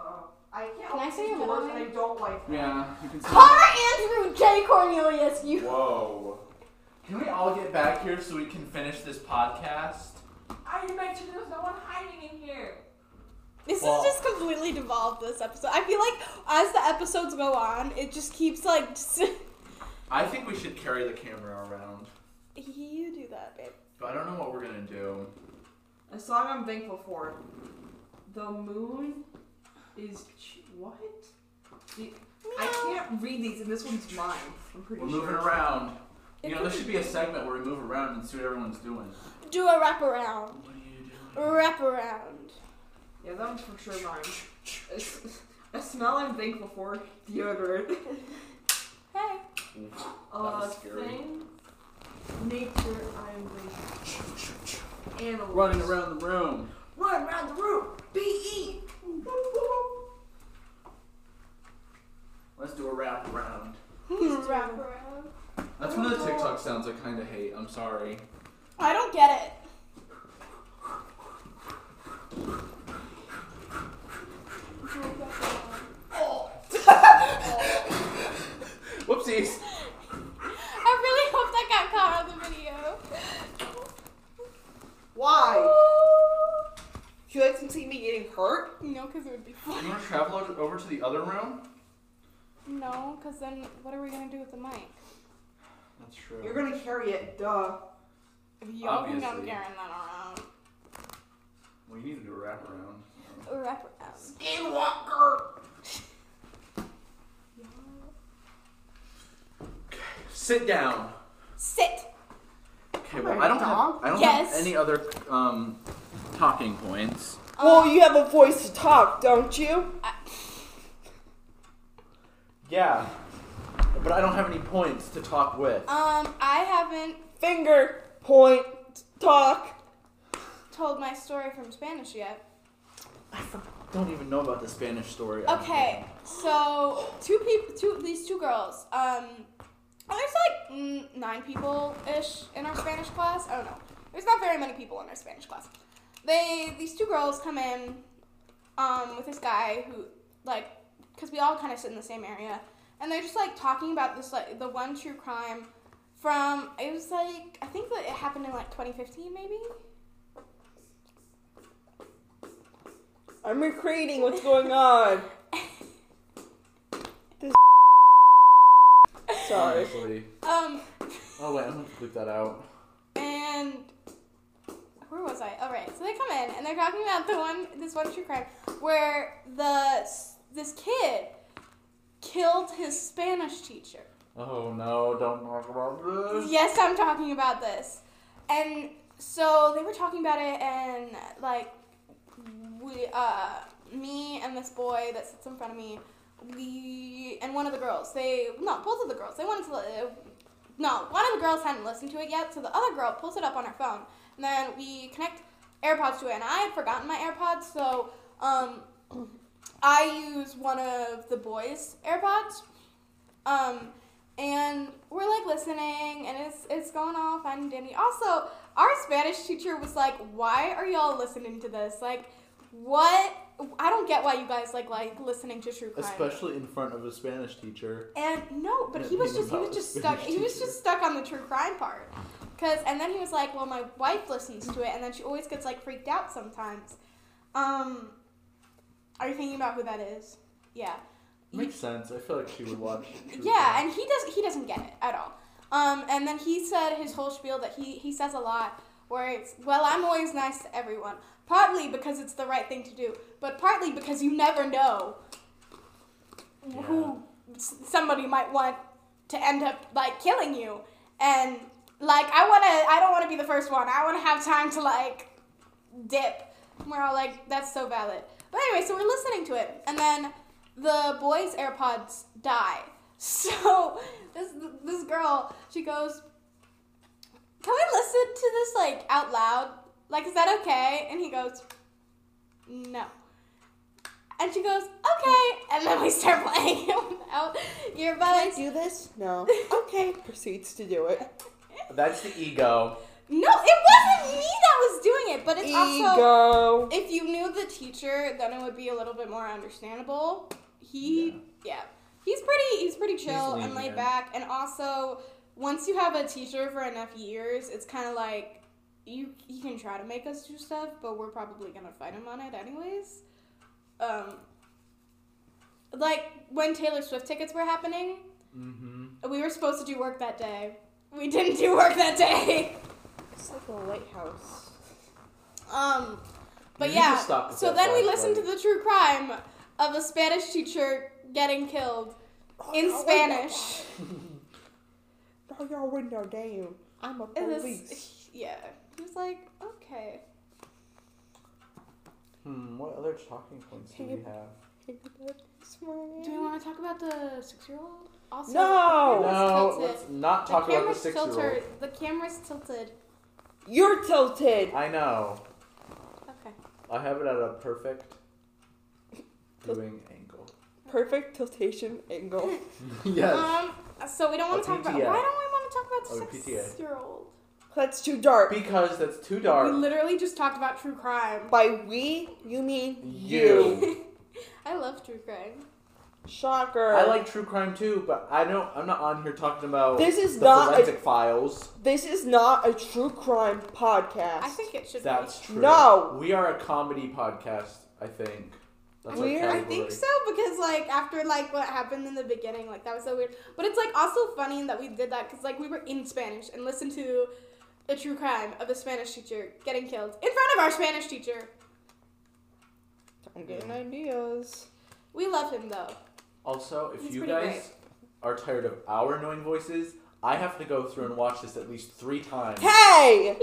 I can't.
Can I
open
say your
these doors,
middle
and I
name?
don't like. That.
Yeah, you can say
Connor Andrew J Cornelius. You.
Whoa. Can we all get back here so we can finish this podcast?
I imagine there's no one hiding in here.
*laughs* This
Well-
is just completely devolved. This episode. I feel like as the episodes go on, it just keeps like. Just *laughs*
I think we should carry the camera around.
You do that, babe.
I don't know what we're gonna do.
A song I'm thankful for. The moon is ch- what? The- I can't read these, and this one's mine. I'm pretty
We're
sure.
moving around.
It
You know,
could
there should be a segment where we move around and see what everyone's doing.
Do a wraparound.
What are you doing?
Wraparound.
Yeah, that one's for sure mine. A s- A smell I'm thankful for. Deodorant.
Hey.
*laughs* Uh,
was scary.
thing. Nature I'm thankful. for. Animals.
Running around the room.
Run around the room. E. Be
Let's do a wrap around.
Hmm. Wraparound.
That's one of the TikTok sounds I kind of hate. I'm sorry. *laughs*
I don't get it.
Whoopsies.
I really hope that got caught on the video.
*laughs* Why? You like to see me getting hurt?
No, because it would be
You
fun.
want to travel o- over to the other room?
No, because then what are we going to do with the mic?
That's true.
You're gonna carry it, duh.
If y'all think I'm
Obviously.
carrying that around.
well, you need to do a wrap around.
Wraparound.
Skinwalker.
Sit down.
Sit.
Okay. Well, I don't have. I don't
Yes.
have any other um, talking points.
Well, you have a voice to talk, don't you?
Yeah. But I don't have any points to talk with.
Um, I haven't
Finger, point, talk.
told my story from Spanish yet.
don't even know about the Spanish story.
Okay, so two people, two these two girls. Um, there's like mm, nine people ish in our Spanish class. I don't know. There's not very many people in our Spanish class. They these two girls come in, um, with this guy who like, cause we all kind of sit in the same area, and they're just like talking about this like the one true crime from it was like I think that it happened in like 2015 maybe.
I'm recreating what's going on. This Sorry.
Honestly.
Um,
Oh wait, I'm gonna bleep that out.
and where was I? All right, so they come in and they're talking about the one, this one true crime where the this kid killed his Spanish teacher.
Oh no, don't talk about this.
Yes, I'm talking about this. And so they were talking about it, and like we, uh, me and this boy that sits in front of me, we and one of the girls. They no, both of the girls. They wanted to. li- no, one of the girls hadn't listened to it yet, so the other girl pulls it up on her phone, and then we connect AirPods to it. And I had forgotten my AirPods, so um, I use one of the boys' AirPods. Um, and we're like listening and it's it's going all fun and dandy. Also, our Spanish teacher was like, "Why are y'all listening to this? Like, what? I don't get why you guys like like listening to true crime."
Especially in front of a Spanish teacher.
And no, but
Yeah,
he was
being
just he was
about
just
the
stuck
Spanish
he was
teacher.
just stuck on the true crime part. Cause and then he was like, Well my wife listens to it and then she always gets like freaked out sometimes. Um Are you thinking about who that is? Yeah.
Makes sense. I feel like she would
*laughs*
watch. True
Yeah,
Crime.
and he does he doesn't get it at all. Um, and then he said his whole spiel that he he says a lot where it's well I'm always nice to everyone partly because it's the right thing to do but partly because you never know who s- somebody might want to end up like killing you and like I want to I don't want to be the first one I want to have time to like dip and we're all like that's so valid but anyway so we're listening to it and then the boy's AirPods die. *laughs* So this this girl, she goes, "Can we listen to this like out loud? Like, is that okay?" And he goes, "No." And she goes, "Okay." And then we start *laughs* playing it without
Can I
earbuds.
do this? *laughs* No. Okay. Proceeds to do it.
That's the ego.
No, it wasn't me that was doing it, but it's also
Ego.
if you knew the teacher, then it would be a little bit more understandable. He, yeah, he's pretty, he's pretty chill
lean,
and laid
yeah.
back. And also, once you have a teacher for enough years, it's kind of like you he can try to make us do stuff, but we're probably gonna fight him on it anyways. Um, like when Taylor Swift tickets were happening,
Mm-hmm.
we were supposed to do work that day. *laughs* We didn't do work that day.
It's like a lighthouse.
Um, but
You need to
yeah.
stop with
so
that
then we
flashlight.
listened to the true crime of a Spanish teacher getting killed in
no, wait,
Spanish.
Oh, your window, damn. I'm a
It was-
police.
*laughs* yeah. He was like, okay.
Hmm, what other talking points do we have?
Do we *laughs* want to talk about the six-year-old? Also,
No!
the
No,
camera's
let's
tilted.
not talk
the
about the
camera's
six year old.
tilted. The camera's tilted.
You're tilted.
I know.
Okay.
I have it at a
*laughs*
perfect viewing angle. *laughs*
Perfect tiltation
*laughs*
angle.
yes.
Um. So we don't want
A
to talk about.
PTA.
Why don't we want to talk about
Oh,
the
PTA.
six-year-old?
That's too dark.
because that's too
We
dark.
literally just talked about true crime.
By we, you mean you.
You.
*laughs* I love true crime.
Shocker.
I like true crime too, but I don't. I'm not on here talking about
This is
the
not a-
forensic files.
This is not a true crime podcast.
I think it should be.
That's true.
No.
we are a comedy podcast. I think. That's our
We're- I
I think
category.
so because like after like what happened in the beginning, like that was so weird. But it's like also funny that we did that because like we were in Spanish and listened to a true crime of a Spanish teacher getting killed in front of our Spanish teacher.
I'm getting ideas.
We love him though.
Also, if
It's
you
pretty
guys are tired of our annoying voices, I have to go through and watch this at least three times.
Hey!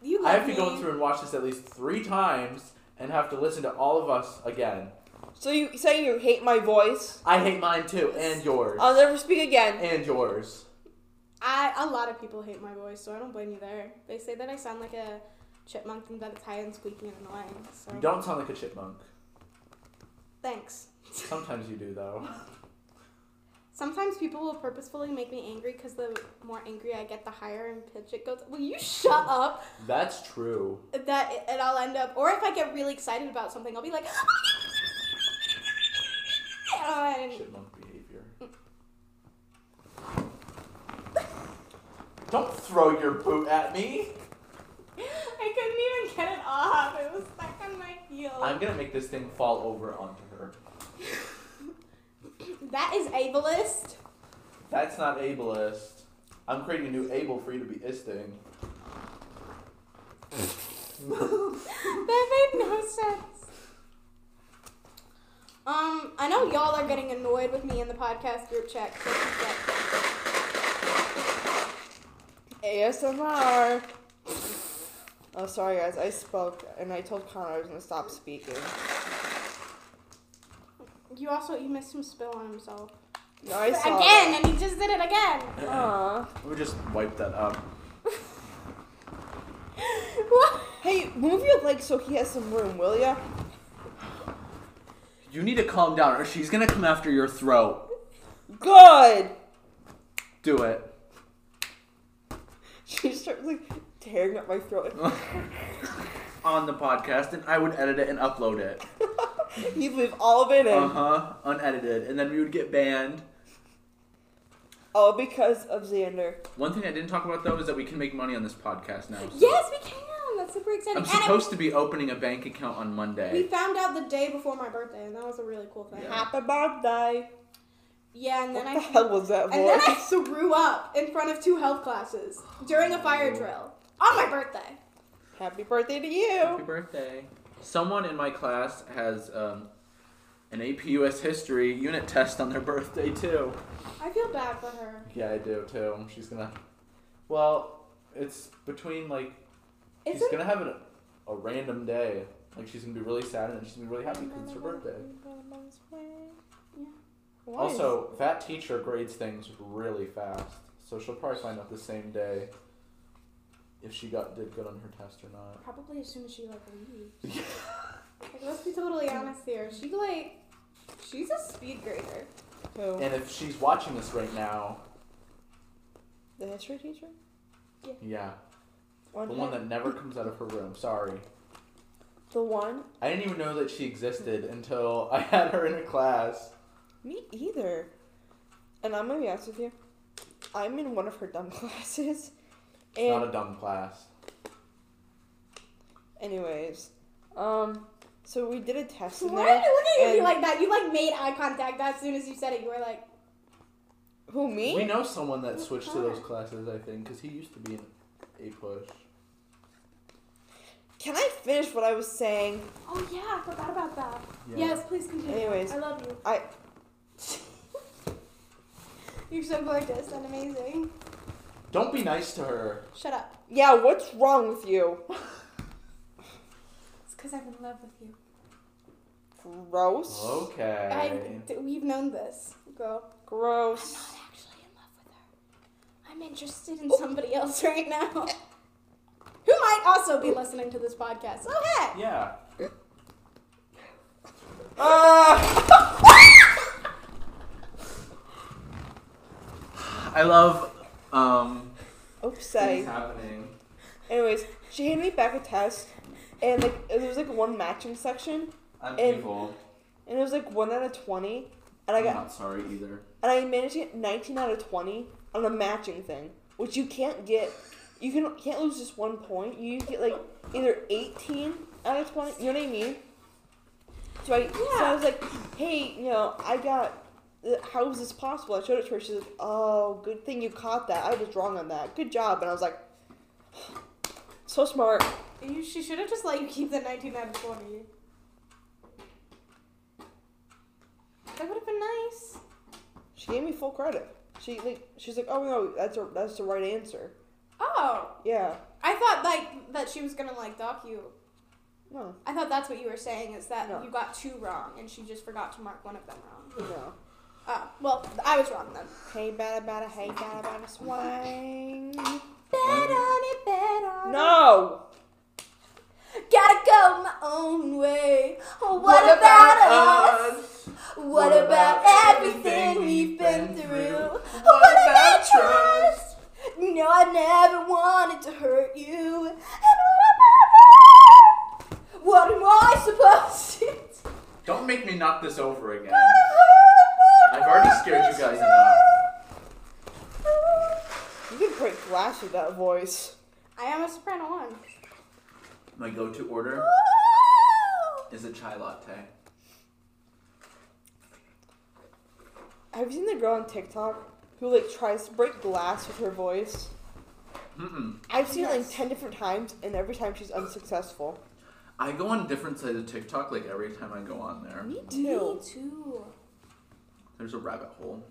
You
I
love
have to
me.
go through and watch this at least three times and have to listen to all of us again.
So you say you hate my voice?
I hate mine too, and yours,
I'll never speak again.
and yours.
I a lot of people hate my voice, so I don't blame you there. They say that I sound like a chipmunk and that it's high and squeaky and annoying. So
You don't sound like a chipmunk.
thanks.
Sometimes you do though.
Sometimes people will purposefully make me angry because the more angry I get, the higher in pitch it goes. Will you shut up?
That's true.
that it, it all end up or if i get really excited about something i'll be like "Oh and
Chipmunk behavior. Don't throw your boot at me.
i couldn't even get it off it was stuck on my heel
I'm gonna make this thing fall over onto her.
that is ableist *laughs*
That's not ableist. I'm creating a new able for you to be isting.
that made no sense um i know y'all are getting annoyed with me in the podcast group chat so keep that-
ASMR. Oh, sorry guys. I spoke and I told Connor I was gonna stop speaking.
you also you missed him spill on himself
No, I saw
again
that.
and he just did it again *laughs*
Aw.
Let me just wipe that up.
What?
Hey, move your legs so he has some room, will ya?
You need to calm down, or she's gonna come after your throat.
Good. *laughs*
Do it. *laughs*
She starts like tearing at my throat.
On the podcast, and I would edit it and upload it.
you leave all of it in,
Uh
Uh-huh.
huh. Unedited, and then we would get banned.
all because of Xander.
One thing I didn't talk about though is that we can make money on this podcast now. so-
yes we can that's super exciting
I'm
And it-
supposed to be opening a bank account on
We
Monday.
found out the day before my birthday, and that was a really cool thing. Yeah,
Yeah.
Happy birthday.
and
What
then
the
I
hell was that
and then I
voice?
threw up in front of two health classes during a fire
Oh.
drill on my birthday.
Happy birthday to
Happy
you.
birthday! Someone in my class has um, an AP US History unit test on their birthday too.
I feel bad for her.
Yeah, I do too. She's gonna. Well, it's between like
Is
she's
it?
gonna have an, a random day. Like she's gonna be really sad and then she's gonna be really happy because it's her birthday.
Why is-
Also, that teacher grades things really fast, so she'll probably find out the same day if she got did good on her test or not.
Probably as soon as she like leaves. *laughs* like, let's be totally honest here. She like, she's a speed grader.
who?
And if she's watching this right now,
The history teacher?
yeah,
One
the one that never comes out of her room. Sorry,
the one?
I didn't even know that she existed until I had her in a class.
Me either. And I'm gonna be honest with you. I'm in one of her dumb *laughs*
It's
classes.
not
And
a dumb class.
anyways, um, so we did a test in
Why
there.
are you looking at me
and-
like that? You like made eye contact as soon as you said it. You were like,
Who me?
We know someone that switched to those classes, I think, because he used to be in a push.
Can I finish what I was saying?
Oh yeah, I forgot about that.
Yeah.
Yes, please continue.
Anyways.
I love you.
I
*laughs* You're so gorgeous and amazing.
Don't be nice to her.
Shut up.
yeah, what's wrong with you?
It's because I'm in love with you.
Gross.
Okay.
I, th- we've known this, girl. I'm
Gross.
not actually in love with her. I'm interested in somebody else *laughs* right now. Oh. Who might also be listening to this podcast. Oh heck!
Yeah.
Ah!
I love. Um,
Oops,
Things
sorry.
happening.
Anyways, she handed me back a test, and like there was like one matching section,
I'm
And-
evil.
and it was like one out of twenty, and I
I'm
got
Uh-huh.
not sorry either.
and I managed to get 19 out of 20 on a matching thing, which you can't get. You can can't lose just one point. You get like either 18 out of 20. You know what I mean? So I, so I was like, hey, you know, I got. uh, How is this possible? I showed it to her. She's like, oh, good thing you caught that. I was wrong on that. Good job. And I was like, *sighs* so smart.
You, she should have just let you keep the 19 out of 20. That would have been nice.
She gave me full credit. She like she's like, oh no, that's a, that's the right answer.
Oh,
Yeah.
I thought like that she was gonna like dock you.
No.
I thought that's what you were saying is that
No.
you got two wrong and she just forgot to mark one of them wrong.
No.
Oh, well, I was wrong then.
Hey, bada bada, hey, bada bada, swang.
Bet on it, bet on
No!
it. Gotta go my own way. Oh, what, about, us? What, about, everything we've been through? What, about trust? No, I never wanted to hurt you. And what about love? What am I supposed to do?
Don't make me knock this over again.
I've already scared you guys enough.
You can break glass with that voice.
I am a soprano one.
My go-to order is a chai latte.
Have you seen the girl on TikTok who like tries to break glass with her voice?
Mm-mm.
I've seen it like
Yes.
ten different times, and every time she's unsuccessful.
I go on different sides of TikTok like every time I go on there.
Me
too.
Me too.
There's a rabbit hole.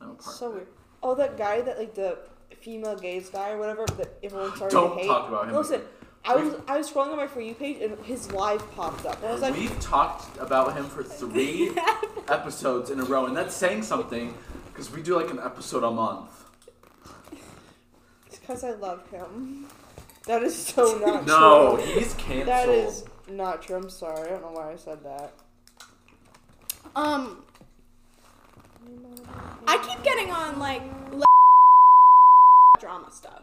I'm a part
So
of it.
weird. Oh, that guy that like the female gaze guy or whatever that everyone started
Don't
to hate.
talk about him
Listen,
again.
I was I was scrolling on my for you page and his live popped up. And I was like,
We've talked about him
*laughs*
for three episodes in a row, and that's saying something because we do like an episode a month.
because I love him. That is so not
No,
true.
he's canceled.
That is not true. I'm sorry. I don't know why I said that.
Um, I keep getting on like le- drama stuff.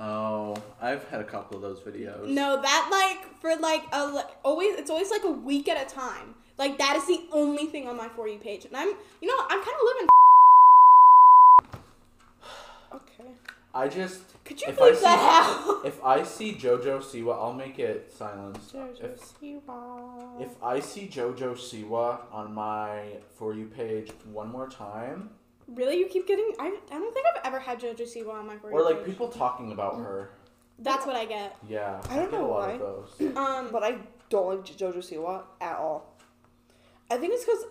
Oh, I've had a couple of those videos.
No, that like for like a li- always it's always like a week at a time. Like that is the only thing on my for you page, and I'm you know I'm kind of living.
Okay.
I just
Could you
If I
bleep
see-
that out?
if I see JoJo Siwa, I'll make it silenced.
*laughs*
If
If,
If I see JoJo Siwa on my For You page one more time,
really, you keep getting. I, I don't think I've ever had JoJo Siwa on my for you
or like
page.
people talking about her,
That's what I get.
yeah,
I don't
get
know
a lot
why.
of those.
Um,
but I don't like Jo- Jojo Siwa at all. I think it's because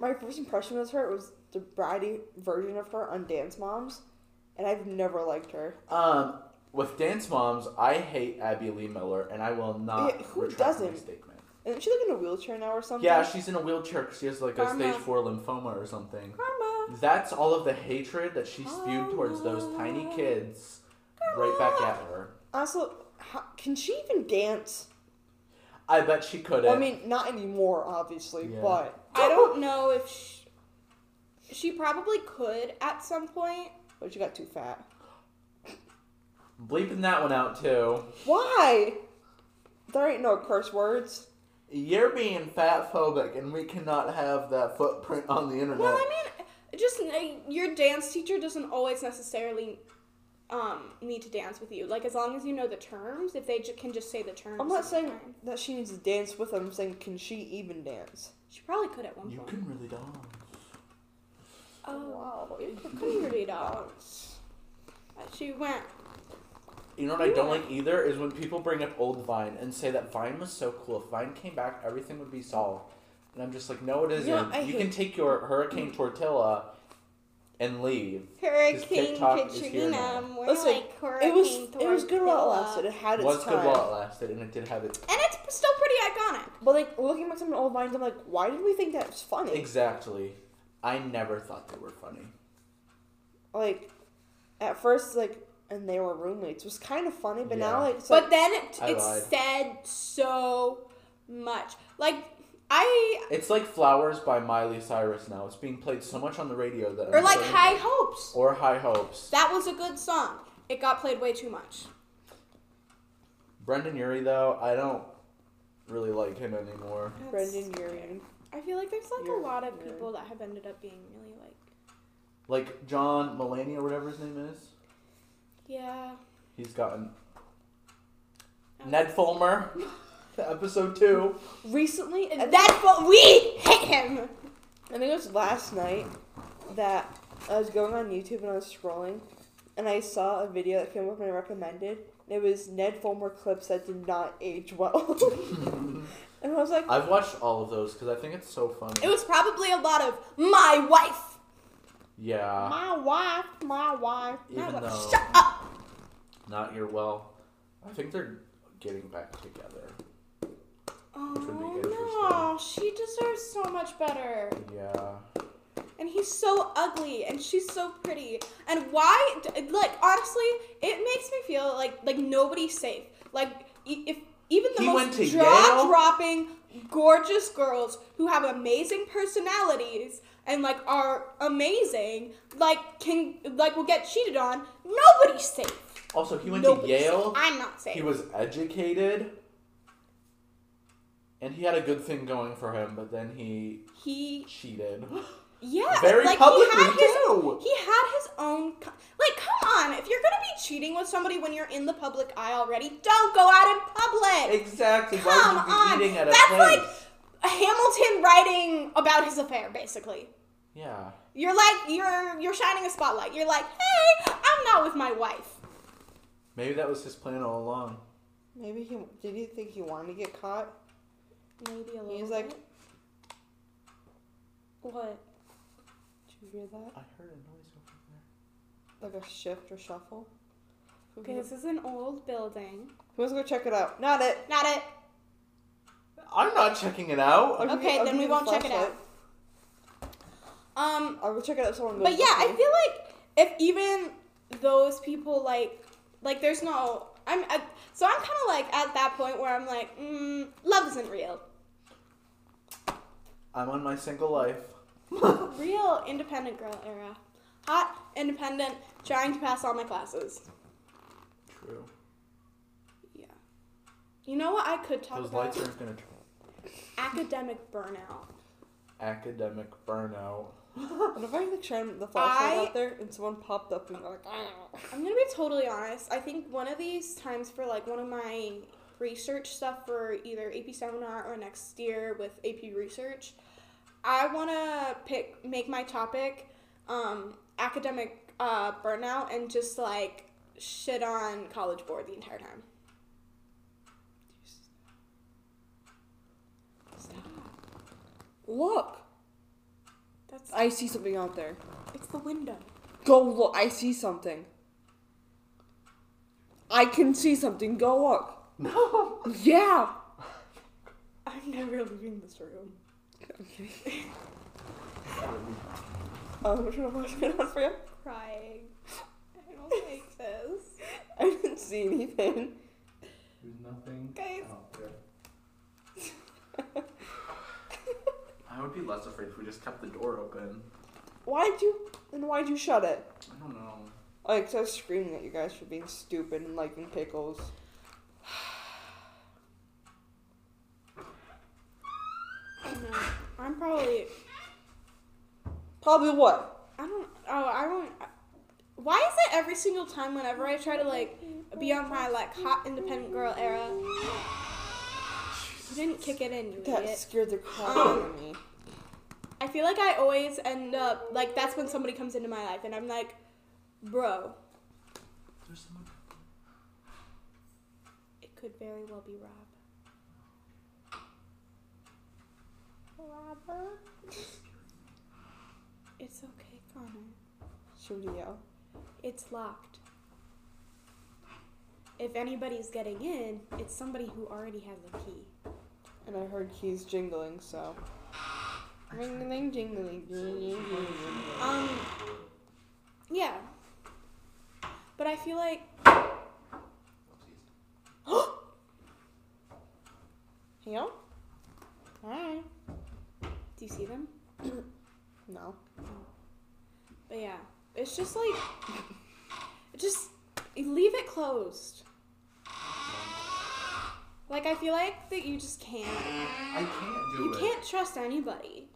my first impression of her was the bratty version of her on Dance Moms, and I've never liked her.
Um, with Dance Moms, I hate Abby Lee Miller, and I will not.
Yeah, who
retract my
doesn't?
statement.
Isn't she like in a wheelchair now or something?
Yeah, she's in a wheelchair 'cause she has like a
Karma.
stage four lymphoma or something.
karma.
That's all of the hatred that she spewed towards those tiny kids, right back at her.
Also, how, can she even dance?
I bet she couldn't.
I mean, not anymore, obviously,
Yeah.
but
I don't know if she, she probably could at some point.
but she got too fat.
bleeping that one out too.
Why? There ain't no curse words.
You're being fat phobic, and we cannot have that footprint on the internet.
Well, I mean, just uh, your dance teacher doesn't always necessarily um, need to dance with you. Like as long as you know the terms, if they ju- can just say the terms.
I'm not
it's
saying
fine.
that she needs to dance with him. I'm saying, can she even dance?
she probably could at one
you
point.
can really dance.
Oh wow, you could read out. She went.
You know what I don't like either is when people bring up old Vine and say that Vine was so cool. If Vine came back, everything would be solved. And I'm just like, no, it isn't.
Yeah, I
you can
hate-
take your Hurricane Tortilla and leave.
Hurricane
TikTok is here
Katrina.
now.
We're
Listen,
like Hurricane
It was it was good while it
Tortilla.
lasted. It had
It
its
was
time.
good while it lasted, and it did have its
And it's still pretty iconic.
But like looking back at some old vines, I'm like, why did we think that was funny?
exactly. I never thought they were funny.
like at first, like and they were roommates was kind of funny, but now
Yeah.
like it's
But
like,
then it,
I
it
lied.
said so much. Like I
It's like Flowers by Miley Cyrus now. It's being played so much on the radio that
or
I'm
like
starting-
High Hopes.
or High Hopes.
That was a good song. It got played way too much.
Brendan Urie though, I don't really like him anymore.
Brendan Urie.
I feel like there's like
You're-
a lot of
you're-
people that have ended up being really like
Like John Mulaney or whatever his name is.
yeah.
He's gotten Ned Fulmer, *laughs* episode
*laughs*
two.
Recently, I think-
That's what we hate him.
I think it was last night that I was going on YouTube and I was scrolling, and I saw a video that came up and I recommended. and It was Ned Fulmer clips that did not age well, *laughs* and I was like,
I've watched all of those because I think it's so funny.
It was probably a lot of my wife.
yeah,
My wife, my wife, my
Even
wife.
though-
Shut up.
not your well. I think they're getting back together. would be
Oh no, she deserves so much better.
Yeah,
And he's so ugly, and she's so pretty. And why? d- Like honestly, it makes me feel like like nobody's safe. Like e- if even the
He went to
most
Yale?
jaw-dropping, gorgeous girls who have amazing personalities and like are amazing, like can like will get cheated on. Nobody's safe.
Also, he went to
Nobody's
Yale.
safe. I'm not safe.
He was educated. And he had a good thing going for him, but then he
He
cheated.
yeah,
Very
like
publicly,
he had his
too.
He had his own. co- Like, come on! If you're gonna be cheating with somebody when you're in the public eye already, don't go out in public.
*laughs* Exactly.
Come
Why
on!
would you be eating at a
That's
place?
like Hamilton writing about his affair, basically.
Yeah.
You're like you're you're shining a spotlight. You're like, hey, I'm not with my wife.
Maybe that was his plan all along.
maybe he did he think he wanted to get caught?
Maybe a little.
He's like,
bit. what?
did you hear that?
I heard a noise over there.
Like a shift or shuffle? Who
Okay, this is an old building.
wants to go check it out? Not it.
Not it.
I'm not checking it out.
I'll give
Okay,
I'll
then
give
we
you the
won't check it
flashlight.
Um,
I'll go check it out. if Someone.
But
goes
yeah,
with
I
me.
feel like if even those people like like there's no I'm I, so I'm kind of like at that point where I'm like mm, love isn't real.
I'm on my single
*laughs*
life.
Real independent girl era. Hot, independent, trying to pass all my classes.
True.
Yeah. You know what I could talk
Those
about?
lights aren't gonna turn.
Academic burnout.
Academic burnout.
What if I like shine the flashlight
I-
out there and someone popped up and like, "Ah."
I'm gonna be totally honest. I think one of these times for like one of my research stuff for either AP seminar or next year with AP research, I wanna pick make my topic um, academic uh, burnout and just like shit on College Board the entire time. Stop.
look,
That's
I see something out there.
it's the window.
Go look. I see something. I can see something. Go look.
No.
*laughs* Yeah.
I'm never leaving this room.
Okay. *laughs* Um, what was going on for you?
Crying. I don't like this.
I didn't see anything.
There's nothing
Guys.
out
*laughs*
there. I would be less afraid if we just kept the door open.
Why'd you? Then why'd you shut it?
I don't know.
Like, so I was screaming at you guys for being stupid and liking pickles.
I know. I'm probably.
Probably what?
I don't. Oh, I don't. Why is it every single time whenever I try to like be on my like hot independent girl era? You didn't kick it in, you
That
idiot.
scared the crap out of me.
I feel like I always end up like that's when somebody comes into my life and I'm like, bro,
There's someone.
could very well be Rob. Robert? It's okay, Connor.
Should we yell?
It's locked. If anybody's getting in, it's somebody who already has a key.
And I heard keys jingling, so. Ring ling jingling.
Um, yeah. But I feel like
Yep. Alright.
do you see them?
No.
But yeah, it's just like just leave it closed. Like I feel like that you just can't.
I can't do
You
it.
can't trust anybody.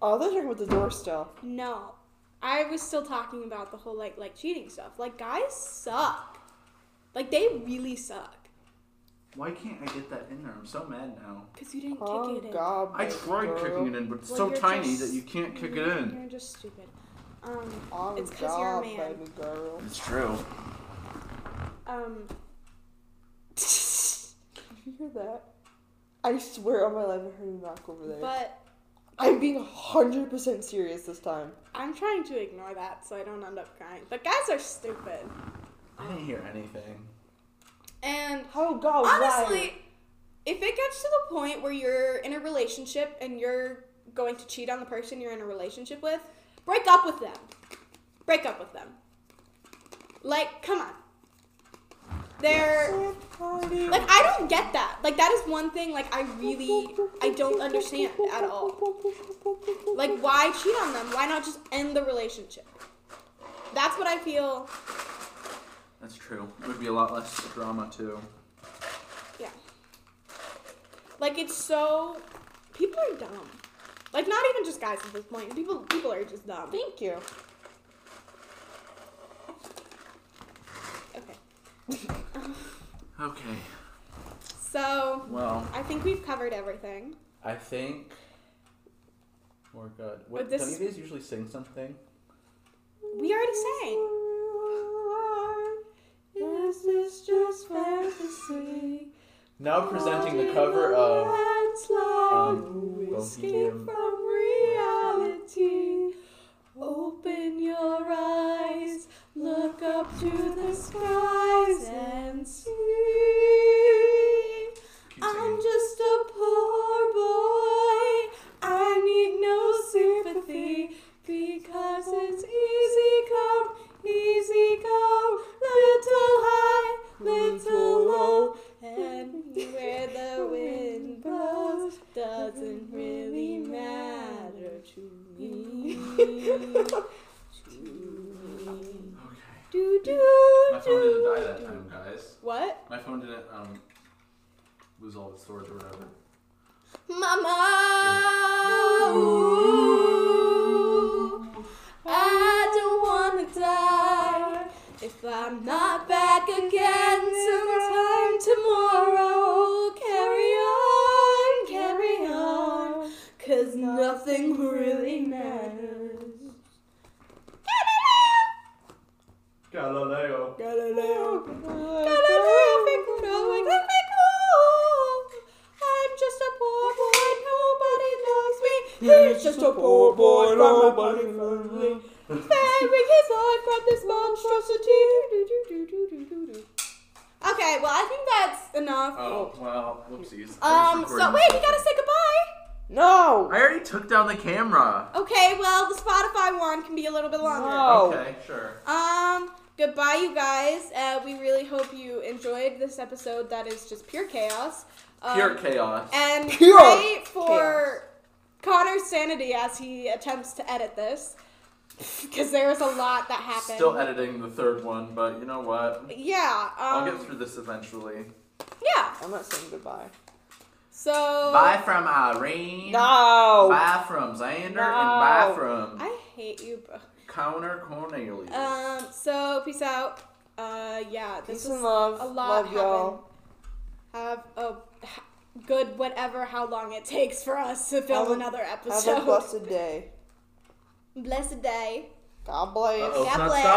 Oh, they're talking about the door still.
No. I was still talking about the whole like like cheating stuff. Like guys suck. Like they really suck
Why can't I get that in there? I'm so mad now.
cuz you didn't
Oh,
kick it in.
God.
I tried kicking it in, but it's
Well,
so
you're
tiny
just- Mm-hmm.
that you can't kick it in.
You're just stupid. Um
Oh,
It's 'cause
God,
you're a man.
baby girl.
It's true.
um *laughs*
Did you hear that? I swear on my life I heard him knock over there.
but
I'm being 100% serious this time.
I'm trying to ignore that so I don't end up crying. But guys are stupid.
I didn't hear
*laughs*
anything.
And
Oh, God,
honestly, if it gets to the point where you're in a relationship and you're going to cheat on the person you're in a relationship with, break up with them. Break up with them. Like, come on. They're
why? Party.
like I don't get that. Like that is one thing like I really I don't understand at all. Like why cheat on them? Why not just end the relationship? That's what I feel.
That's true. It would be a lot less drama too.
Yeah. Like it's so people are dumb. Like not even just guys at this point. People people are just dumb.
Thank you.
Okay.
Okay.
So
Well,
I think we've covered everything.
I think we're good. What,
this-
don't you guys usually sing something?
We already sang.
Is this just fantasy?
Now presenting the cover of um,
Escape
Bohemian.
from reality. Open your eyes, look up to the skies and see. I'm just a poor boy. I need no sympathy because it's easy come, easy go. Little high, little low, and where *laughs* the wind blows doesn't really matter to me. *laughs*
okay.
Do do
My phone didn't die that time, guys.
What?
My phone didn't um lose all its storage or whatever.
Mama ooh, I don't wanna die if I'm not back again sometime tomorrow. Carry on, carry on, cause nothing really matters.
Galileo.
Galileo. Galileo figuroi Galileo. I'm just a poor boy, nobody loves me. He's just a poor boy, nobody loves me. Sparing his life from this monstrosity. Okay, well, I think that's enough.
Oh well, whoopsies. I was
Um, so
recording
wait, you
myself.
gotta say goodbye.
No!
I already took down the camera.
Okay, well, the Spotify one can be a little bit longer.
No.
Okay, sure.
Um, goodbye, you guys. Uh, we really hope you enjoyed this episode that is just pure chaos. Um,
Pure chaos.
And
Pure
pray for Connor's sanity as he attempts to edit this. *laughs* Because there was a lot that happened.
Still editing the third one, but you know what?
Yeah. Um,
I'll get through this eventually.
Yeah.
I'm not saying goodbye.
So.
Bye from Irene.
No!
Bye from Xander and bye
No.
from
I hate you, bro.
Connor Cornelius.
Um, so, peace out. Uh, yeah. This
Peace
was
and love.
a lot
love
happened.
y'all.
Have a ha- good whatever how long it takes for us to film
Have a-
another
Have
episode.
a blessed day.
*laughs* Blessed day.
God bless.
Uh-oh, it's
God
not
bless.
stopping.